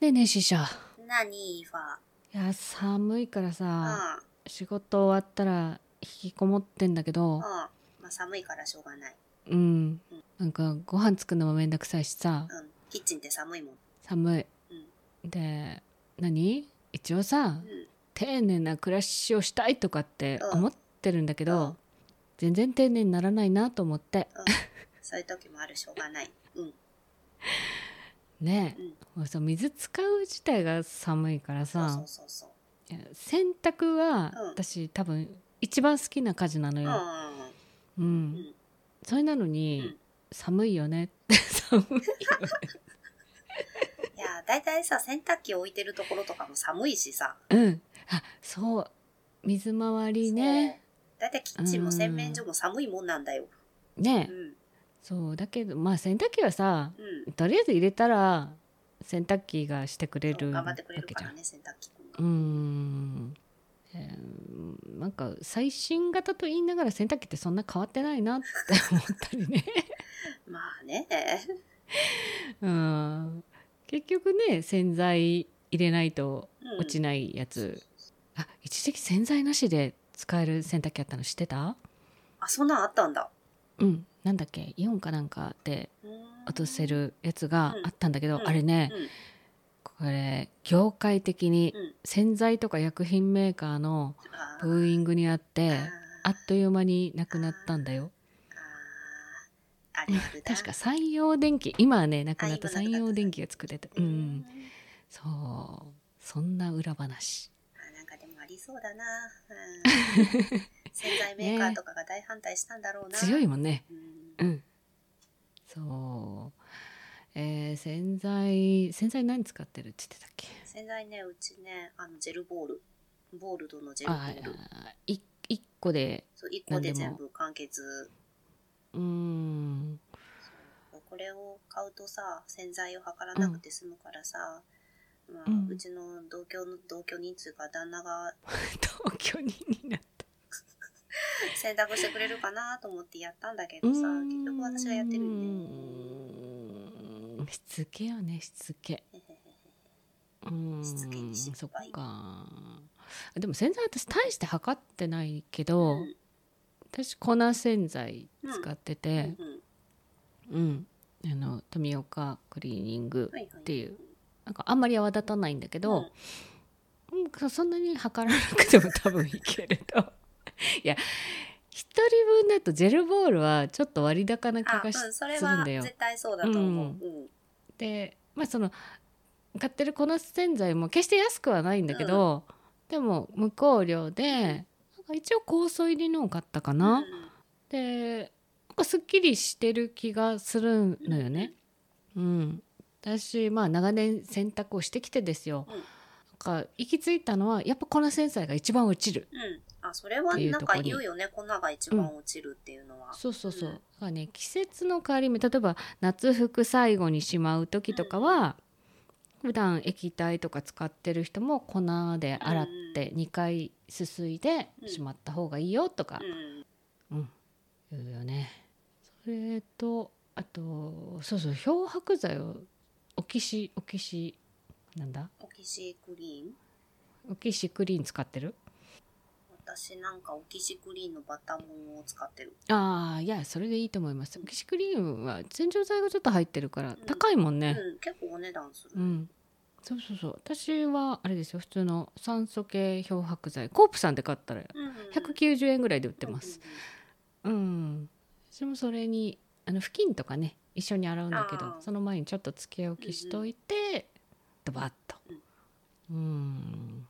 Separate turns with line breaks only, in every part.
でね、死者。
なに、ファ。
いや、寒いからさ、
うん。
仕事終わったら引きこもってんだけ
うん。
ど、
まあ、寒いからしょうがない。
うん。なんか、ご飯作るのもめんどくさいしさ、
うん。キッチンって寒いもん。
寒い。
うん。
で、何一応さ
う、ん。
丁寧な暮らしをしたいとかって
うん
思ってるんだけど、
うん
全然丁寧にならないなと思って。
そういう時もあるしょうがない。うん。
ね
う
え、
ん。
もうさ、水使う自体が寒いから
そう
さ、
そうそうそ
い
う。
や洗濯は
うん
私、多分一番好きな家事なの
うんう
よ、
んうん。
うん
うん
それなのに、
うん
寒いよね って寒いよね
いや、だいたいさ、洗濯機置いてるところとかも寒いしさ。
うんあそう水回りね
そう。だいたいキッチンも洗面所も寒いもんなんだよ。う
ね、
ん。
そうだけどまあ洗濯機はさ
うん。
とりあえず入れたら洗濯機がしてくれる
頑張
わ
って
け
くれる
じ
か
ゃ
ら
ん
ね、洗濯機君が
うーん、えーなんか最新型と言いながら洗濯機ってそんな変わってないなって思ったりね
まあね。
うん結局ね洗剤入れないと
うん
落ちないやつ、あ一時期洗剤なしで使える洗濯機あったの知ってた
あ、そんなんあったんだ。
うんなんだっけイオンかなんかで
うーん
落とせ。るやつが
うん
あったんだけど、
うん
あれね、
う
これ業界的に
ん。うん。
洗剤とか薬品メーカーの
あ
ブーイングにあって
ー
あっという間になくなったんだよ
あーあるあるだ
確か山陽電機今はねなくなった
あ今なくな
山
った
陽電機が作ってたう
うんん
そうそんな裏話
あなんかでもありそうだな、うん、 洗剤メーカーとかが大反対したんだろうな、
強いもんね
う
う
ん
ん。そう。えー、洗剤、洗剤何使ってるって言ってたっけ
洗剤ねうちねあのジェルボールボールドのジェルボ
あ
ール
あ、い一個で、
そう1個
な
で
んでも
全部完結
うーん。
そうこれを買うとさ洗剤を測らなくて済むからさ、まあ
う
うんちの同居の同居人つうか旦 那が
東京人になった。
洗濯してくれるかなと思ってやったんだけどさ結局私がやってる
うー
んで
んしつけよね、しつけ。うーん
しつけに失敗
そっか。でも洗剤私大して測ってないけど、
うん
私粉洗剤使ってて、
うんうん
うん。あの、富岡クリーニング。
はいはい
っていうなんかあんまり泡立たないんだけ
うん
ど、うんそそんなに測らなくても多分いけると いや一人分だとジェルボールはちょっと割高な気
あ、
がし
うん、それ
するん
は
だよ
絶。対そうだと思う。うん。
でまあその買ってるこの洗剤も決して安くはないんだけど、でも無香料でなんか一応酵素入りのを買ったか
う
な。
ん
でなんかすっきりしてる気がするのよね。うん、私まあ長年洗濯をしてきてですよ、
うん
なんか行き着いたのはやっぱ粉洗剤が一番落ちる
うん。あ、それは
っていう
なん
とこ
か
に
言うよね。粉が一番落ちるっていうのは。
そうそうそう
うん
だからね季節の変わり目例えば夏服最後にしまう時とかは、普段液体とか使ってる人も粉で洗って2回すすいでしまった方がいいよとか
うん。
うん、言うよね。それとあとそうそう漂白剤をオキシオキシなんだ
オキシクリーン
オキシクリーン使ってる
私なんかオキシクリーンのバタモンを使ってる。
ああいやそれでいいと思います
う
オ
ん
キシクリーンは洗浄剤がちょっと入ってるから
ん
高いもん
う
ね
ん。結構お値段す
うん、
る。
そうそうそう私はあれですよ普通の酸素系漂白剤コープさんで買ったら
うん。
190円ぐらいで売って
うんうん
ますうん、私もそれにあの布巾とかね一緒に洗うんだけ
あ
ど
ー
その前にちょっとつけ置きしといて、ドバッとうん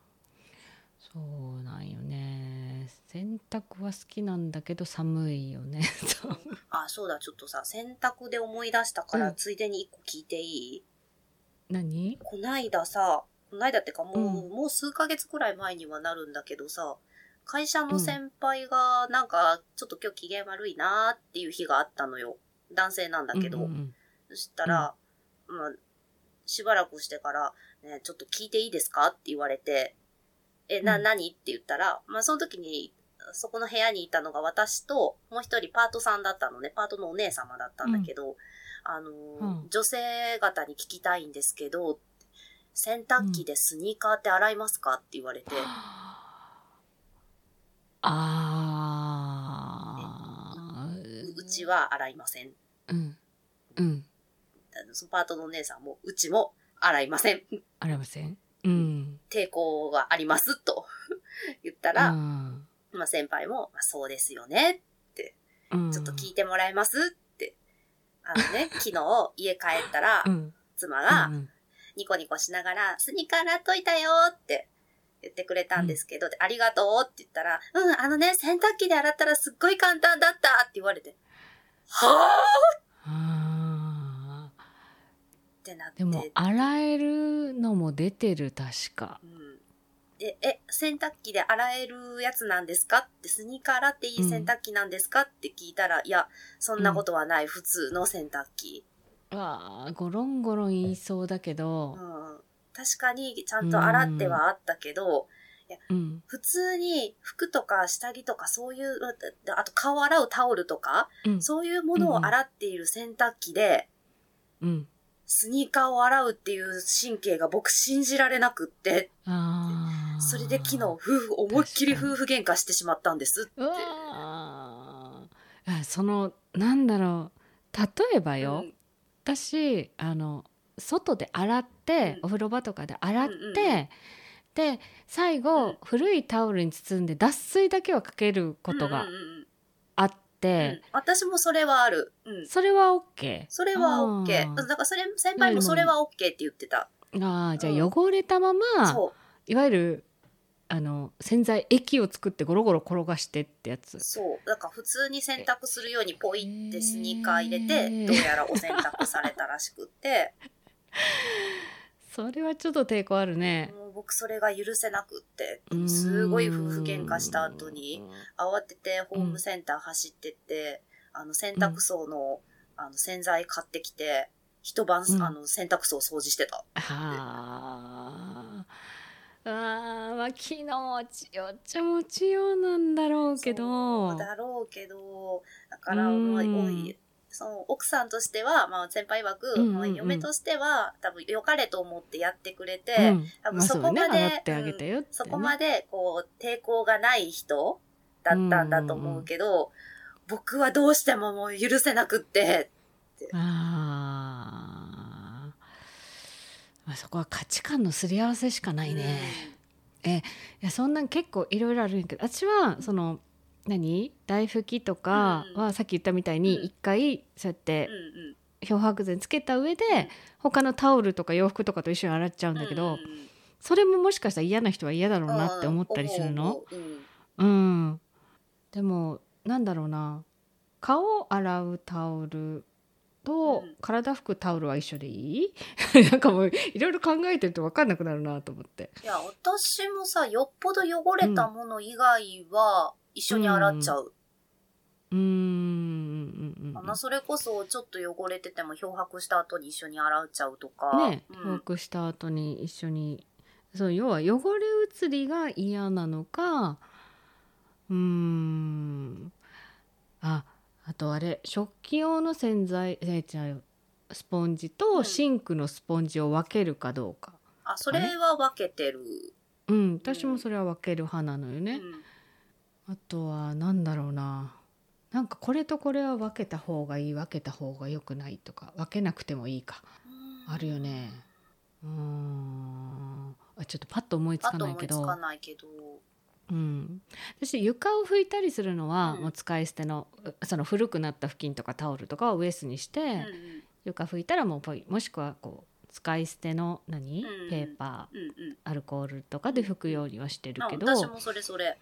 そうなんよね洗濯は好きなんだけど寒いよね そう
あ、そうだ。ちょっとさ、洗濯で思い出したか
う
ら、
ん
ついでに一個聞いていい
何
こないださ、こないだってかもう、
うん
もう数ヶ月くらい前にはなるんだけどさ、会社の先輩がなんか、ちょっと今日機嫌悪いなーっていう日があったのよ。男性なんだけど。
うんうん
そしたら、まあ、しばらくしてから、ね、ちょっと聞いていいですかって言われて、え、な、
うん
何って言ったら、まあその時に、そこの部屋にいたのが私と、もう一人パートさんだったのね、パートのお姉様だったんだけど、あのー、
うん
女性方に聞きたいんですけど、洗濯機でスニーカーって洗いますかって言われて、
あ
ううちは洗いません。
ーうんうん
あのそのパートのお姉さんも、うちも洗いません。
ありませんうん
抵抗があります、と言った
う
ら、
ん
まあ先輩も、まあ、そうですよね。
うん
ちょっと聞いてもらえますって。あの ね、昨日家帰ったら
う、ん
妻
う
が
ん
ニコニコしながら、スニーカー洗っといたよって言ってくれたんですけど、でありがとうって言ったら、うん、あのね、洗濯機で洗ったらすっごい簡単だったって言われて、はぁ
あー
ってなって。
でも洗えるのも出てる確か
うんで、え、洗濯機で洗えるやつなんですかって、スニーカー洗っていい洗濯機なんですかって聞いたら、いや、そんなことはない、普通の洗濯機。
わあゴロンゴロン言いそうだけ
う
ど
ん、。確かに、ちゃんと洗ってはあったけど、
うん
普通に服とか下着とかそういう、ああと顔洗うタオルとか、
うん
そういうものを洗っている洗濯機で、
うん
スニーカーを洗うっていう神経が僕信じられなくって、
あー
それで昨日夫婦、思いっきり夫婦喧嘩してしまったんですって。
うわーあそのなんだろう例えばよ、
うん
私あの外で洗って、
うん
お風呂場とかで洗って、
うんうんうん
で最
う
後、
ん
古いタオルに包んで脱水だけはかけることが
うんうんうん
あっ
うん
て、
私もそれはある。うん。
それは OK
それは
あ
OK。
ー
うんだからそれ、先輩もそれは OK って言ってた。
あーじゃ
う
あ
ん
汚れたまま
そ
いわゆるあの洗剤液を作ってゴロゴロ転がしてってやつ
う。そう。だから普通に洗濯するようにポイってスニーカー入れ
へ
て、
ー
どうやらお洗濯されたらしくって、
それはちょっと抵抗あるね
もう僕それが許せなくって、すごい夫婦喧嘩した後に、慌ててホームセンター走ってって、あの洗濯槽のあの洗剤買ってきて、一晩、
うん
あの洗濯槽掃除してた。
はあ。あーまあ昨日もちよっちゃもちよなんだろうけど
そうだろうけど、だから、
うん
まあ、おい、その奥さんとしては、まあ、先輩枠、
うんうんうん
まあ嫁としては、多分良かれと思ってやってくれて、
うん
多分
まあ
そ
そ
こ
うね
まで
洗ってあげてよって、ね
そこまで、こう、抵抗がない人だったんだと思うけど、僕はどうしてももう許せなくって、
あーまあそこは価値観のすり合わせしかないね、いやそんなん結構いろいろあるんやけど私はその何大拭きとかはさっき言ったみたい
うん
に一回そうやっ
う
て
んうん。
漂白剤つけた上で
うん
他のタオルとか洋服とかと一緒に洗っちゃうんだけど、
うんうんうん
それももしかしたら嫌な人は嫌だろうなって思ったりするの。
うん思う思
う
う
ん、でもなんだろうな顔を洗うタオルと
うん
体拭くタオルは一緒でいい なんかもういろいろ考えてると分かんなくなるなと思って
うんいや、私もさ、よっぽど汚れたもの以外は、一緒に洗っちゃう。
うーんうんうん
あ
う
まあ、それこそちょっと汚れてても漂白した後に一緒に洗っちゃうとか、
んね
うん
漂白した後に一緒にそう要は汚れ移りが嫌なのかうーんああとあれ食器用の洗剤え違うスポンジ
う
と
ん
シンクのスポンジを分けるかどうか、
あそれは分けてる、
うん、私もそれは分ける派なのよ
う
ね、
ん、
あとはなんだろうななんかこれとこれは分けた方がいい分けた方が良くないとか分けなくてもいいかあるよねうーんあちょっとパッと思いつ
あ
か
と
ない
思
け
いつ
ど
かないけど
うん、私床を拭いたりするのは、
うん
もう使い捨てのうその古くなった布巾とかタオルとかをウエスにして、
うん
床拭いたらもうポイもしくはこう使い捨ての何、
うん
ペーパ
うんうん
ーアルコールとかで拭くようにはしてる
あ
けど、
私もそれそれ、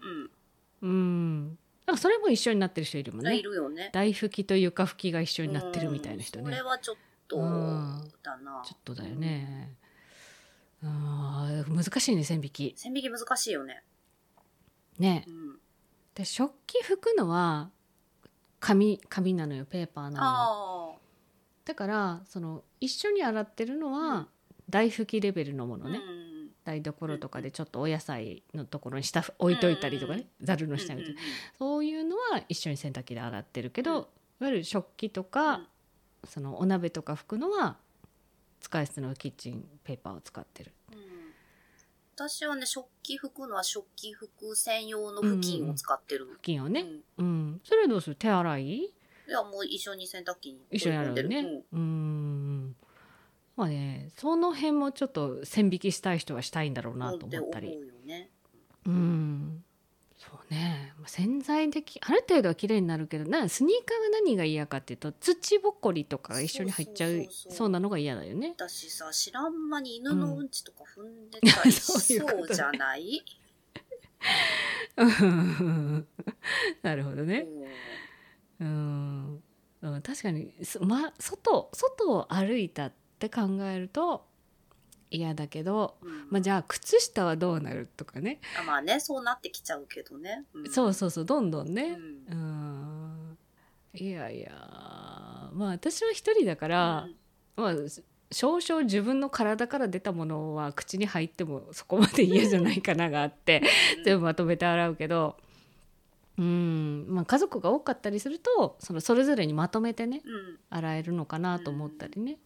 うんなんかそれも一緒になってる人いるも
うんん、い
ね
るよね
大拭きと床拭きが一緒になってるみたいな人
うん
ね
それはちょっと
うん
だな
ちょっとだよね、あー難しいね線引き
線引き難しいよね、
ね
うん、
で食器拭くのは紙紙なのよペーパーなのよ
あ
だからその一緒に洗ってるの
うん
は大拭きレベルのも
あ、
のね、
うん
台所とかでちょっとお野菜のところに下置いといたりとか
うんう
ねざる、の下
うん
み
う
たい
ん
な、そういうのは一緒に洗濯機で洗ってるけど、
うん
いわゆる食器とか、
うん
そのお鍋とか拭くのは使い捨てのキッチンペーパーを使ってる
うん私はね、食器拭くのは食器拭く専用の布巾を使ってる。
布巾をね、
うん
うん、それどうする手洗い
いや、もう一緒に洗濯機に
一緒にやるよね
う
う
ん
んまあねその辺もちょっと線引きしたい人はしたいんだろうなと思ったり
思うよね。
うんそうねまあ潜在的ある程度は綺麗になるけどなスニーカーが何が嫌かっていうと土ぼこりとかが一緒に入っちゃ
そう
う
そうそうそう
そうなのが嫌だよね
だしさ、知らん間に犬のうんちとか踏んでたり
そう
し
いうこと
そうじゃない
うんなるほどね
うん
うん、うん、確かに、すま、外外を歩いたって考えると嫌だけど、
うん
まあ、じゃあ靴下はどうなるとかね、
あまあね、そうなってきちゃうけどね。ん
そうそうそうどんどん
う
ね、
ん。
うん、いやいやまあ私は一人だから、まあ少々自分の体から出たものは口に入ってもそこまで嫌じゃないかながあって
うん
全部まとめて洗うけどうん、まあ、家族が多かったりするとそのそれぞれにまとめてね
うん。
洗えるのかなと思ったりね。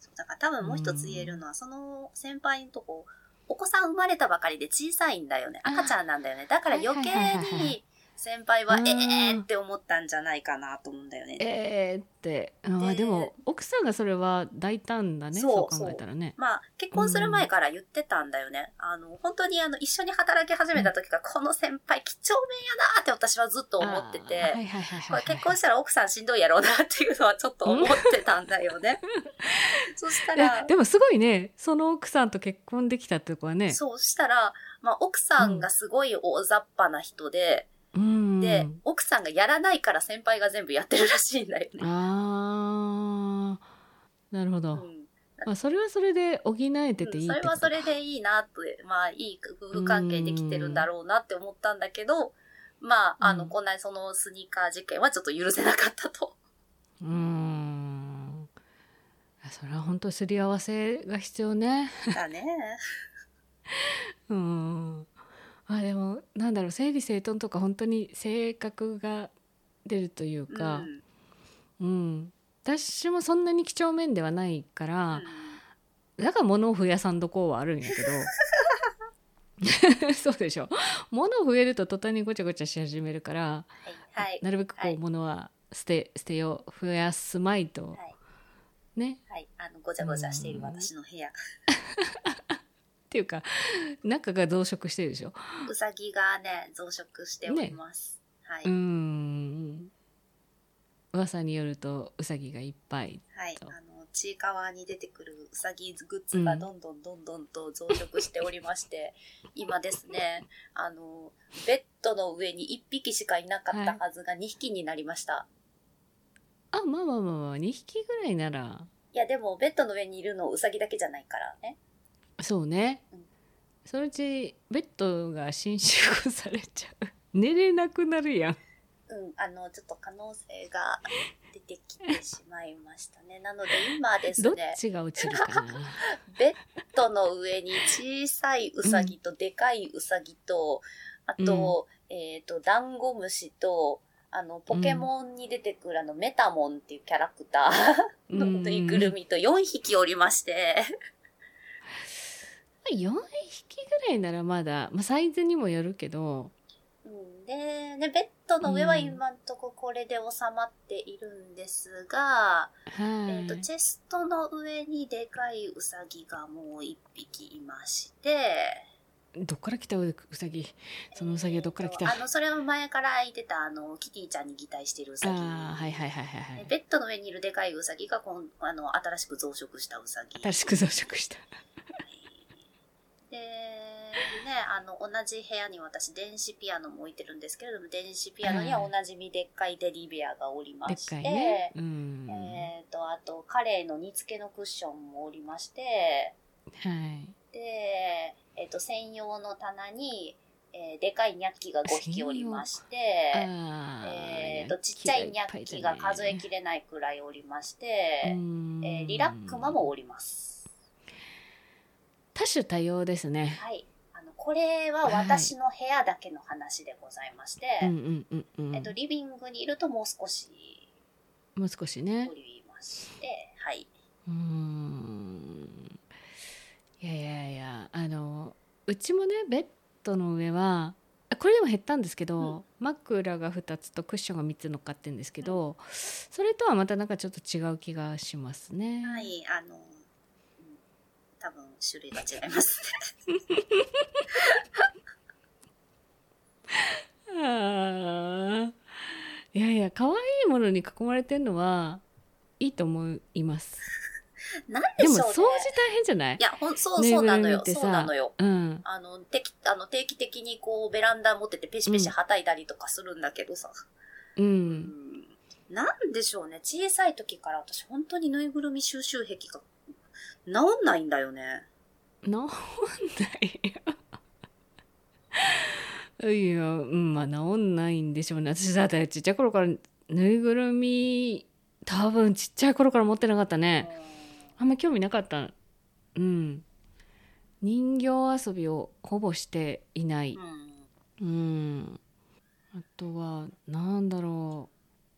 そうだから多分もう一つ言えるのは、その先輩のとこ、お子さん生まれたばかりで小さいんだよね。
あー
赤ちゃんなんだよね。だから余
はい
計
はいはいはいは
に先輩は
う、ん
ええーって思ったんじゃないかなと思うんだよね。
えーって、うんまあ、
で
でも奥さんがそれは大胆だね
そう
そう考えたらね。
まあ、結婚する前から言ってたんだよね。あの、本当にあの、一緒に働き始めた時から、この先輩、几帳面やなーって私はずっと思ってて。
あーはいはいはいはい
こ
は
れ
い
結婚したら奥さんしんどいやろうなっていうのはちょっと思ってたんだよ ね。そした
いや
ら、
でもすごいねその奥さんと結婚できたってとこはね
そうしたら、まあ、奥さんがすごい大雑把な人で、
うん
で、奥さんがやらないから先輩が全部やってるらしいんだよね。
あーなるほど、
うん
まあ、それはそれで補えてていいっ
そ
て
れ
こ
は
と
それでいいなって、まあ、いい夫婦関係できてるんだろうなって思ったんだけど、まあ、あの、
うん
こんなそのスニーカー事件はちょっと許せなかったと。
うーんそれは本当すり合わせが必要ね
だね。
うんあでもなんだろう整理整頓とか本当に性格が出るという
うん
か、うん私もそんなに几帳面ではないから、だから物を増やさんど こうはあるんやけどそうでしょ物を増えると途端にごちゃごちゃし始めるから、
はい。
なるべくこう、
はい
物は捨て捨てよう増やすまいと、
はい
ね
はい。あの、ごちゃごちゃしている私の部屋。
っていうか中が増殖してるでしょ
うさぎがね、増殖しております。はいう
ー。ん噂によるとウサギがいっぱい
はい。あ
と
の、ちいかわに出てくるうさぎグッズがどんどんどんどんと増殖しており まして、今ですね、あの、ベッドの上に1匹しかいなかったはずが2匹になりました。
あまあまあまあまあ2匹ぐらいなら
い、や、でも、ベッドの上にいるのうさぎだけじゃないからね。
そうね
うん
そのうちベッドが侵襲されちゃう寝れなくなるやん
うん、あの、ちょっと可能性が出てきてしまいましたね。なので、今です
どっ
ね、
ちが落ちるか な
ベッドの上に小さいウサギとでかいウサギと、あと、えっ、と、ダンゴムシと、あの、ポケモンに出てくるあの、メタモンっていうキャラクターの ぬいぐるみと4匹おりまして、
うん4匹ぐらいならまだ、まあ、サイズにもよるけど
うんで、ね、ベッドの上は今んとここれで収まっているんですが、
はい、
えっ、と、チェストの上にでかいウサギがもう1匹いまして、
どっから来たうさぎそのうさぎはどっから来た、
えーとあの、それは前から言ってた、あの、キティちゃんに擬態してるウサギ。
ああはいはいはいはいは
え
い
ベッドの上にいるでかいウサギがこんあの新しく増殖したウサギ。
新しく増殖した
で、ね、あの、同じ部屋に私、電子ピアノも置いてるんですけれども、電子ピアノにはおなじみでっかいデリベアがおりま
でっ
して、
かいね、うん、
えっ、と、あと、カレーの煮付けのクッションもおりまして、
はい
で、えっ、と、専用の棚に、えーでかいニャッキが5匹おりまして、
あー
えーと、ちっちゃいニャッキが数えきれないくらいおりまして、
うん
えーリラックマもおります。
多種多様ですね。
はい。あの、これは私の部屋だけの話でございまして、
うんうんうんうん。
えっと、リビングにいるともう少し
もう少し
お
ね。
りまして、はい。
うーん。いやいやいやあのうちもねベッドの上はあこれでも減ったんですけど、枕が2つとクッションが3つ乗っかってるんですけど、それとはまたなんかちょっと違う気がしますね。
はい、あの、うん多分種類が違います ね。
あーいやいや可愛いものに囲まれてるのはいいと思います。
なん
で
で
も
し
掃
ょうね。
除大変じゃない
いや、ほん、そう、
ぬい
そう
ぐる
な
み
のよ
っ。てさ
そうなのよ。
うん、
あの、定期、あの、定期的にこう、ベランダ持っててペシペシはたいたりとかするんだけどさ。
う、
うんん。なんでしょうね。小さい時から私、本当にぬいぐるみ収集癖が治んないんだよね。
治んないよいやうんまあ治んないんでしょうね私だってちっちゃい頃からぬいぐるみ多分ちっちゃい頃から持ってなかったねあんま興味なかったうん人形遊びをほぼしていない
うん。
うん、あとはなんだろ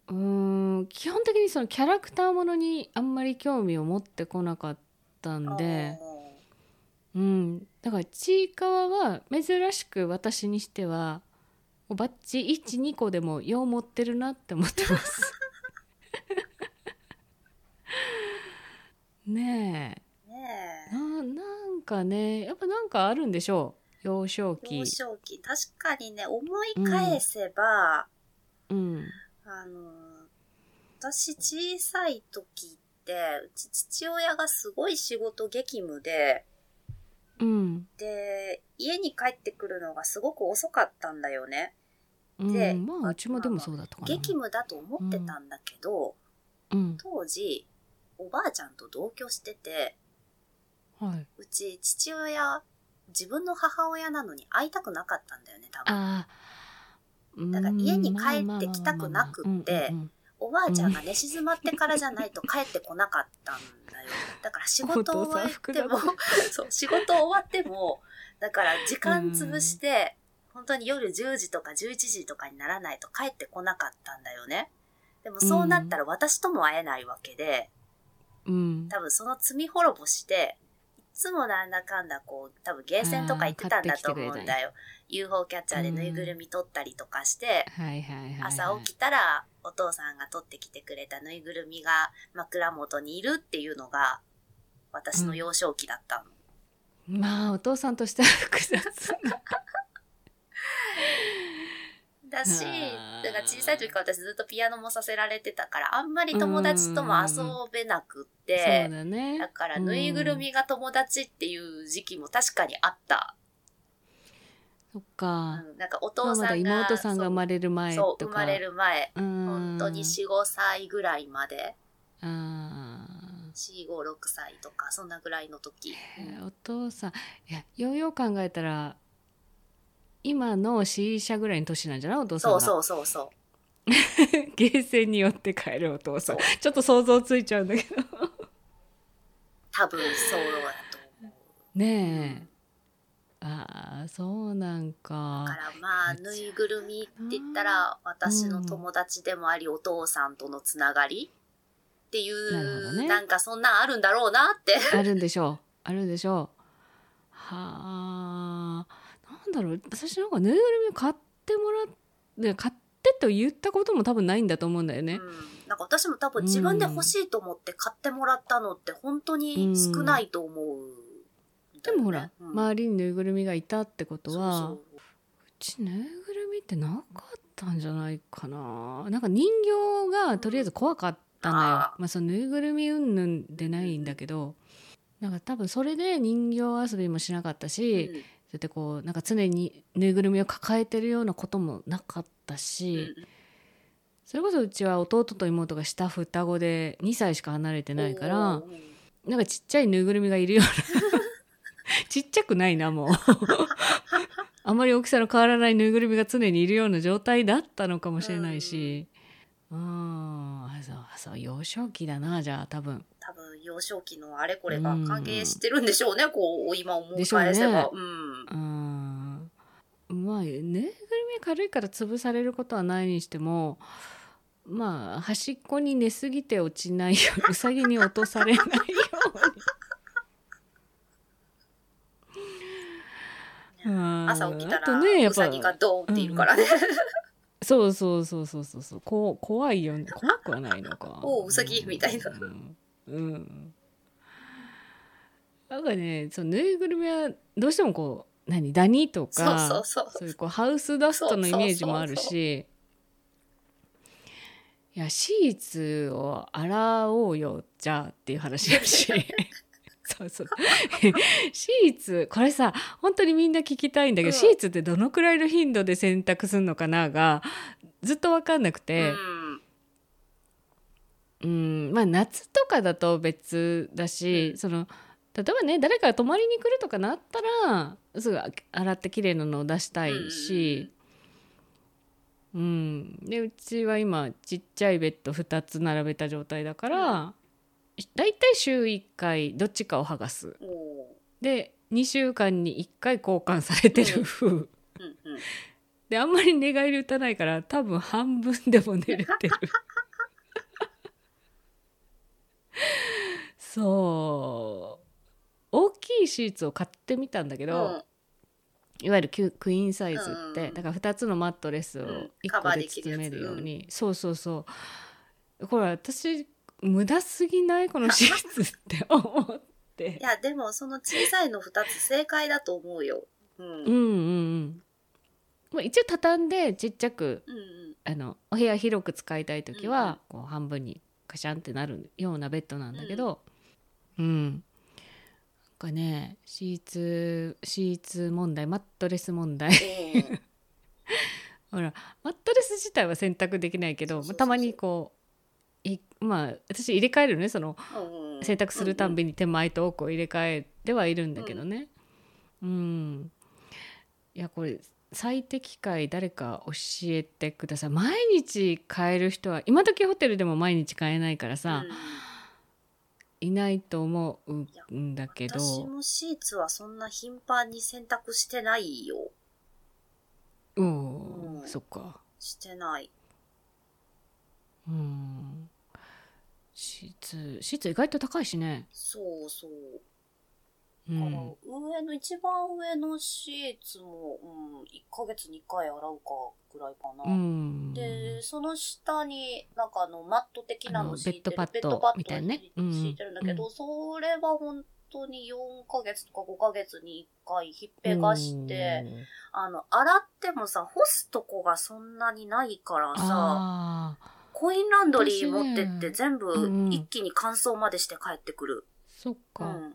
ううーん基本的にそのキャラクターものにあんまり興味を持ってこなかったんで、うん、だからちいかわは珍しく私にしてはもうバッチ12個でもよう持ってるなって思ってます ね
あーね
えななんかねやっぱなんかあるんでしょう幼少
え。
期
幼少期。確かにね、思い返せば、
うん
あのー、私小さい時って、うち父親がすごい仕事激務で、
うん
で、家に帰ってくるのがすごく遅かったんだよね。
う
で
ん、まあうちもでもそうだったかな。
激務だと思ってたんだけど、
うん、
当時、おばあちゃんと同居してて、
はい。
うち父親、自分の母親なのに会いたくなかったんだよね、多分。
ああ、
だから家に帰ってきたくなくっておばあちゃんが寝静まってからじゃないと帰ってこなかったんだよ。だから仕事終わっても
お父さん、
そう、仕事終わっても、だから時間潰して、本当に夜10時とか11時とかにならないと帰ってこなかったんだよね。でもそうなったら私とも会えないわけで、
うん、
多分その罪滅ぼしで、いつもなんだかんだこう、多分ゲーセンとか行ってたんだと思うん
あー買ってきてく
だよ。UFO キャッチャーでぬいぐるみ取ったりとかして、
はいはいはい、はい。
朝起きたらお父さんが取ってきてくれたぬいぐるみが枕元にいるっていうのが私の幼少期だったの。
まあお父さんとしては複雑な。
だし、
あー
だから小さい時から私ずっとピアノもさせられてたから、あんまり友達とも遊べな
そ
く
う
て、
だね。
だからぬいぐるみが友達っていう時期も確かにあった。
そっか。
うんなんかお
ま
父
あま
さ
だ
んが、
妹さんが生まれる前
そう
と
そ
か。
う、生まれ。る前、
うん。
本当に4、5歳ぐらいまで、
ああ。
4、5、6歳とか、そんなぐらいの時。うん
お父さんいやようよう考えたら今の C 社ぐらいの年なんじゃないお父さん
そ
が
うそうそうそ う。
ゲーセンによって帰るお父さん
そう
ちょっと想像ついちゃうんだけど
多分そうだと思う。
ねえああそうなんか
だからまあ、ぬいぐるみって言ったら、私の友達でもあり、お父さんとのつながりってい
なるほど
う、
ね
なんかそんなんあるんだろうなって。
あるんでしょうあるんでしょうはあなんだろう私なんかぬいぐるみを買ってもらって買ってと言ったことも多分ないんだと思うんだよ
う
ね、
ん、なんか私も多分自分で欲しいと思って買ってもらったのって本当に少ないと思う、
でもほら、
うん
周りにぬいぐるみがいたってこと
そう
は
そう
うちぬいぐるみってなかったんじゃないかななんか人形がとりあえず怖かったのよ、
あ
まあそのぬいぐるみ云々でないんだけど、なんか多分それで人形遊びもしなかったし、
うん
それでこうなんか常にぬいぐるみを抱えてるようなこともなかったし、それこそうちは弟と妹が下双子で2歳しか離れてないか、
う
ら
んうん
なんかちっちゃいぬいぐるみがいるような ちっちゃくないなもうあまり大きさの変わらないぬいぐるみが常にいるような状態だったのかもしれないし、うん、あそうあそう幼少期だなじゃあ多分
多分幼少期のあれこれが関係してるんでしょうね、こう、今思い返せ
でし
ば
ょ。
うん
うんまあぬいぐるみは軽いから潰されることはないにしてもまあ端っこに寝すぎて落ちないようにうさぎに落とされないように
朝
朝
起きた
あと
ら、
ねや
ウ
っぱ
サギがドーンっているからね。
そうそうそうそうそうそうこう怖いよね怖くはないのか
おうウサギみたいな
うん、うん、なんかねそのぬいぐるみはどうしてもこう何ダニと
そう
か
そうそう。
そういうこうハウスダストのイメージもある
そうそう
しいやシーツを洗おうよじゃあっていう話だ しそうそうシーツこれさ本当にみんな聞きたいんだけど、
うん
シーツってどのくらいの頻度で洗濯するのかながずっと分かんなく
う
て、
ん。
うんまあ夏とかだと別だし、
うん
その例えばね誰かが泊まりに来るとかなったらすぐ洗ってきれいなのを出したいし、うんでうちは今ちっちゃいベッド2つ並べた状態だから、だいたい週1回どっちかを剥がす
おう
で2週間に1回交換されてる、
うんうん。
であんまり寝返り打たないから多分半分でも寝れ てるそう大きいシーツを買ってみたんだけど、
うん
いわゆるキュクイーンサイズって、
うん
だから2つのマットレスを
うん
1
カ
個
バー
で
でき
包
るや
め
つ
るように、そうそうそうこれ私無駄すぎないこのシーツって思って
いや、でもその小さいの二つ正解だと思うよ。うん。
う
う
んうん
ん
うんまあ一応畳んでちっちゃく
うん。
あのお部屋広く使いたい時は、こう半分にカシャンってなるようなベッドなんだけどうん、なんかねシーツシーツ問題マットレス問題
うん
ほらマットレス自体は選択できないけど
そうそうそ
ま
うそう
あたまにこういまあ私入れ替えるのねその
うんう ん
洗濯するたんびに手前と奥を入れ替えてはいるんだけどねうん、いやこれ最適解誰か教えてください毎日買える人は今時ホテルでも毎日買えないからさ、
うん
いないと思うんだけど
私もシーツはそんな頻繁に洗濯してないよ。
うん、
うん
そっか
してない。
うんシーツシーツ意外と高いしね
そうそう。
う
だ
ん
から上の、一番上のシーツも、うん、1ヶ月に1回洗うかぐらいかな。
うん
で、その下に、なんかあの、マット的な
あの
の敷いてる、
ベッドパッドみたいなね
ベッドパッドに敷いてるんだけど、
う
それは本当に4ヶ月とか5ヶ月に1回ひっぺがして、あの、洗ってもさ、干すとこがそんなにないからさ、
ああ
コインランドリ
私
ー
ね
持ってって
う
全
んう
部
ん
一気に乾燥までして帰ってくる。
そっ
う
か、
ん。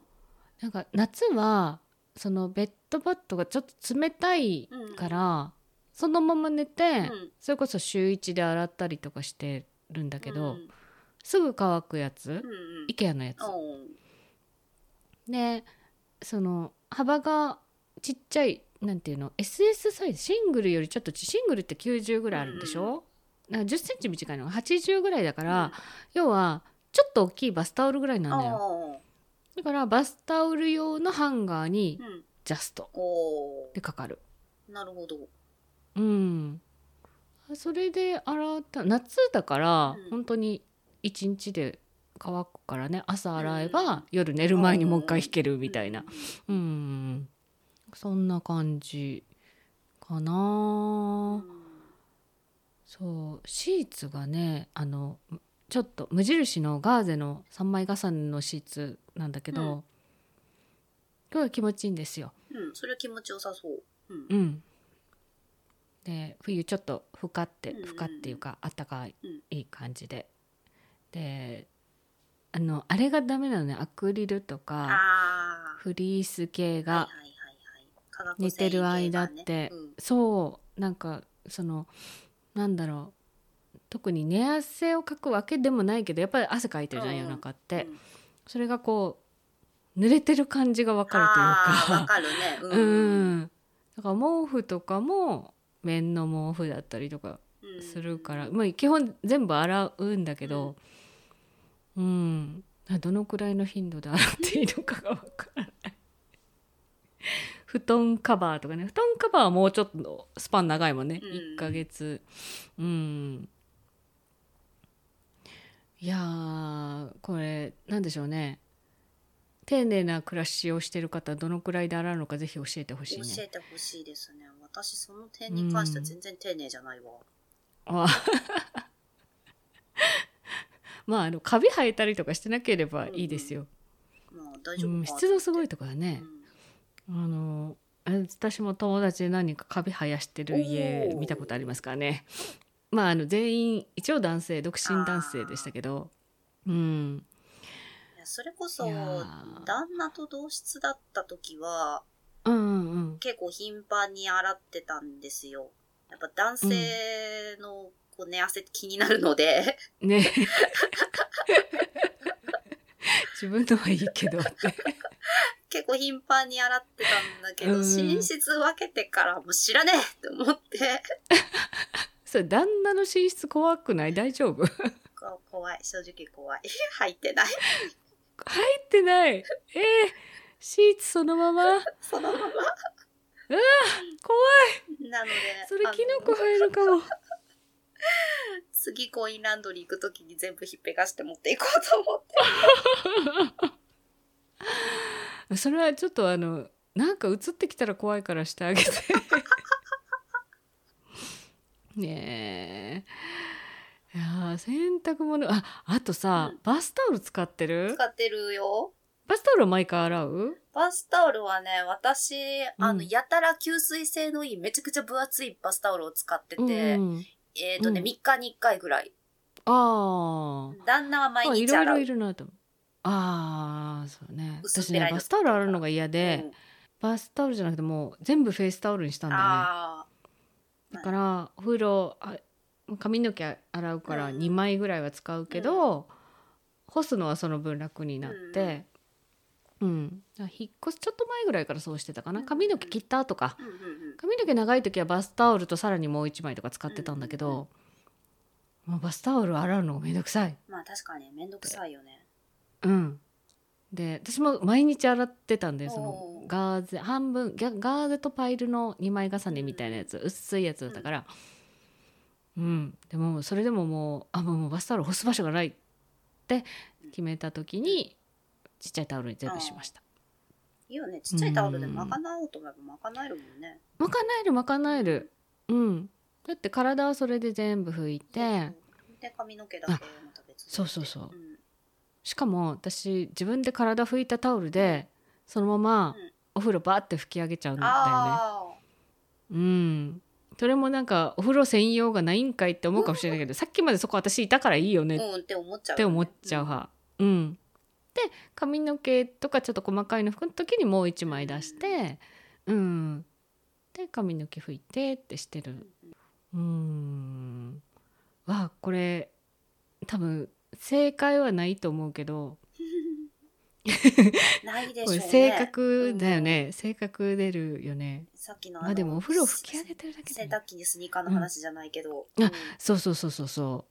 なんか夏はそのベッドパッドがちょっと冷たいから、そのまま寝て、
うん。
それこそ週1で洗ったりとかしてるんだけど、
うん
すぐ乾くやつ、
うんうん。
IKEA のやつ、
うん
でその幅がちっちゃいなんていうの SS サイズシングルよりちょっとちシングルって90ぐらいあるんでしょ、なんか10センチ短いのが80ぐらいだから、要はちょっと大きいバスタオルぐらい
うん、
なんだよ
あ
だからバスタオル用のハンガーに
ーうん。
ジャスト
お
でかかる
ーなるほど。
うん、それで洗った夏だから
うん
本当に一日で乾くからね朝洗え
うんう
ば
ん
夜寝る前にもう一回引けるみたいな
うん。
うん、そんな感じか
う
な、
ん
そうシーツがねあのちょっと無印のガーゼの3枚重ねのシーツなんだけど、
うん
すごい気持ちいいんですよ
うん、それは気持ちよさそう。うん
う。ん、で冬ちょっとふかって
うんうん
ふかっていうかあったかい,、
うん
いい感じでであのあれがダメなのねアクリルとか
あ
フリース系
あ。
が
はいはいはいはい。化学
寝てる
繊維系
間
が
っ
ね
て、
うん
そうなんかそのなんだろう特に寝汗をかくわけでもないけどやっぱり汗かいてるじゃん、
うんうん
夜中って、
うん
それがこう濡れてる感じがわかるという
あー
か
わかるね。
う
うん
ん、だから毛布とかも綿の毛布だったりとか
うん
するから、
うん
まあ、基本全部洗うんだけどうん、どのくらいの頻度で洗っていいのかがわからない布団カバーとかね布団カバーはもうちょっとスパン長いもんね、
うん
1ヶ月うんいやーこれなんでしょうね丁寧な暮らしをしてる方どのくらいで洗うのかぜひ教えてほしい
教え
ね。
てほしいですね。私、その点に関しては全然丁寧じゃないわ。
あまああのカビ生えたりとかしてなければいいですよ。
まあ、大
う
丈夫
ん
か、
湿度すごいとこだ
う
ね。
ん
あのあれ私も友達で何人かカビ生やしてる家
おー
見たことありますからね。まああの全員一応男性独身男性でしたけど、うん、
いやそれこそ
いやー
旦那と同室だった時は
うんうんうん
結構頻繁に洗ってたんですよやっぱ男性のこう寝汗気になるので、
ね 自分のはいいけどって
結構頻繁に洗ってたんだけど、
うん
寝室分けてからもう知らねえって思って
それ旦那の寝室怖くない大丈 夫入
こ怖い正直怖い 入ってない
ってないえー、シーツそのまま怖い
その ままなので
それ
あの
キノコ入るかも
次コインランドリー行く時に全部ひっぺがして持っていこうと思って
それはちょっとあのなんか映ってきたら怖いからして あげてねえいやー洗濯物ああとさ、
うん
バスタオル使ってる
使ってるよ
バスタオルを毎回洗う
バスタオルはね、私、あの、
うん
やたら吸水性のいい、めちゃくちゃ分厚いバスタオルを使ってて、
うん、
えっ、とね、
うん
3日に1回ぐらい。
あー
旦那は毎
あい
日
ろい
洗う。
ろいるなと思うああそうね
薄っ
私
ぺら
ね
いの
バスタオル洗うのが嫌
うん
で、バスタオルじゃなくてもう全部フェイスタオルにしたんだよね
あ
だからお風呂あ髪の毛洗うから
うん
2枚ぐらいは使うけど、干すのはその分楽になって、うんだから引っ越すちょっと前ぐらいからそうしてたかな
うん
髪の毛切った後か
あ、うんうんうん。
髪の毛長い時はバスタオルとさらにもう1枚とか使ってたんだけど、もうバスタオル洗うのがめんどくさい。
まあ確かにめんどくさいよね。
うん、で私も毎日洗ってたんでそ
お
の
ー
ガーゼ半分ギャガーゼとパイルの2枚重ねみたいなやつ、薄いやつだったからうん、でもそれでももうあもうもうバスタオル干す場所がないって決めた時にちっちゃいタオルに全部しました。
いいよね。ちっちゃいタオルで賄おうと思えば賄えるもんね。
まかなえるまかなえるうんだって体はそれで全部拭いて
そうで、髪の毛だけまた別に。
そうそうそう
うん
しかも私自分で体拭いたタオルでそのまま
うん
お風呂バーって拭き上げちゃうんだよね。
ああ、
うん、それもなんかお風呂専用がないんかいって思うかもしれない けど、さっきまでそこ私いたからいいよねっ
うんって思っちゃうよね、
て思っちゃう派。うんで髪の毛とかちょっと細かいの拭く時にもう一枚出して、うん、で髪の毛拭いてってしてる。うんわあこれ多分正解はないと思うけど、
うん。 ないでし
こ
ょう
れ
ね。
性格だよね、性格出るよね。
さっきの
まあでもお風呂拭き上げてるだけで
洗
も
濯機にスニーカーの話じゃないけど、
うん
うん
そうそうそうそうそう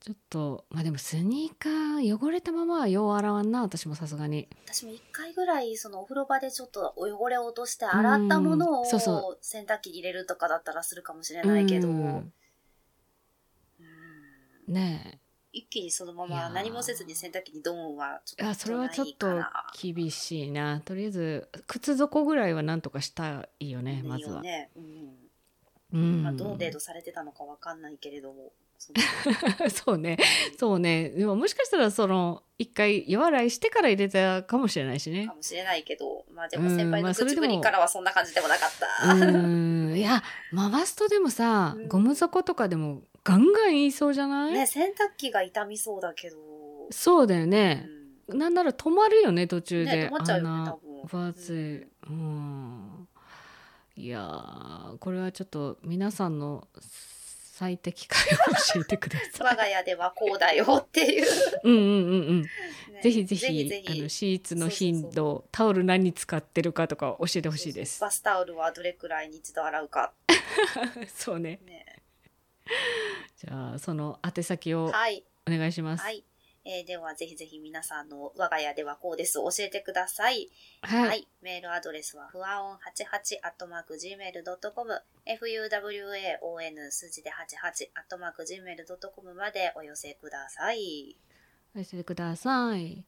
ちょっとまあでもスニーカー汚れたままはよう洗わんな私もさすがに
私も一回ぐらいそのお風呂場でちょっと汚れを落として洗ったもの
う
を
んそうそ
洗濯機に入れるとかだったらするかもしれないけど、
う
うん
んね
一気にそのま
いや
ま
ー
何もせずに洗濯機にドーンはち
えい
ょ
や
っと
それはちょっと
ないから
厳しいなとりあえず靴底ぐらいはなんとかしたいよねま
いい
ずは
よねうん
うん
まあ、どの程度されてたのかわかんないけれどもその
そうねそうねでももしかしたらその一回夜洗いしてから入れたかもしれないしね
かもしれないけどまあでも先
うん
輩
ま
の
あそれ
口
でも
ぶりからはそんな感じでもなか
う
った、
ーんいや回すとでもさ
うん
ゴム底とかでもガンガン言いそうじゃない、
ね洗濯機が傷みそうだけど、
そうだよ
う
ね、
ん、
なんなら止まるよね途中で、
ね止まっちゃうよ
あんな
ね多分
分厚い、うん、いやーこれはちょっと皆さんの最適解を教えてくだ さ
我
い
が家ではこうだよっ ていう、
うんうんうんうん、
ね
ぜひぜひ
ぜ
あ
ひ
のシーツの頻度タオル何使ってるかとか教えてほしいです
そうそうバスタオルはどれくらいに一度洗うか。
そうね
ね、
じゃあその宛先を
はい。
お願いします
は、い。えーでは、ぜひぜひ皆さんの我が家ではこうですを教えてください。
は
はいい。メールアドレスは、ふわおん88アットマーク Gmail.com、fuwaon 数字で88アットマーク Gmail.com までお寄せください。
お寄せください。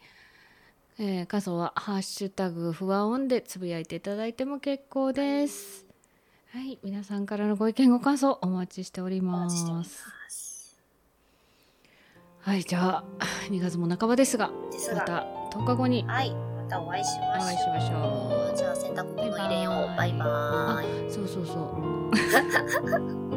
ええー、感想は「ハッシュタグ不和音」でつぶやいていただいても結構です。はい、皆さんからのご意見ご感想お待ちしており
お
ま
待ち
す
しております。
はいじゃあ2月も 半ばですが
です
ま
が、
た10日後に
はい、またお会いし
お
ま
会い
し
しまし
ょ
ょ
う。じゃあ洗濯物入れよう。
バ
バ
イ
イ
バ
バ
ー
ーイ。
うそうそうそう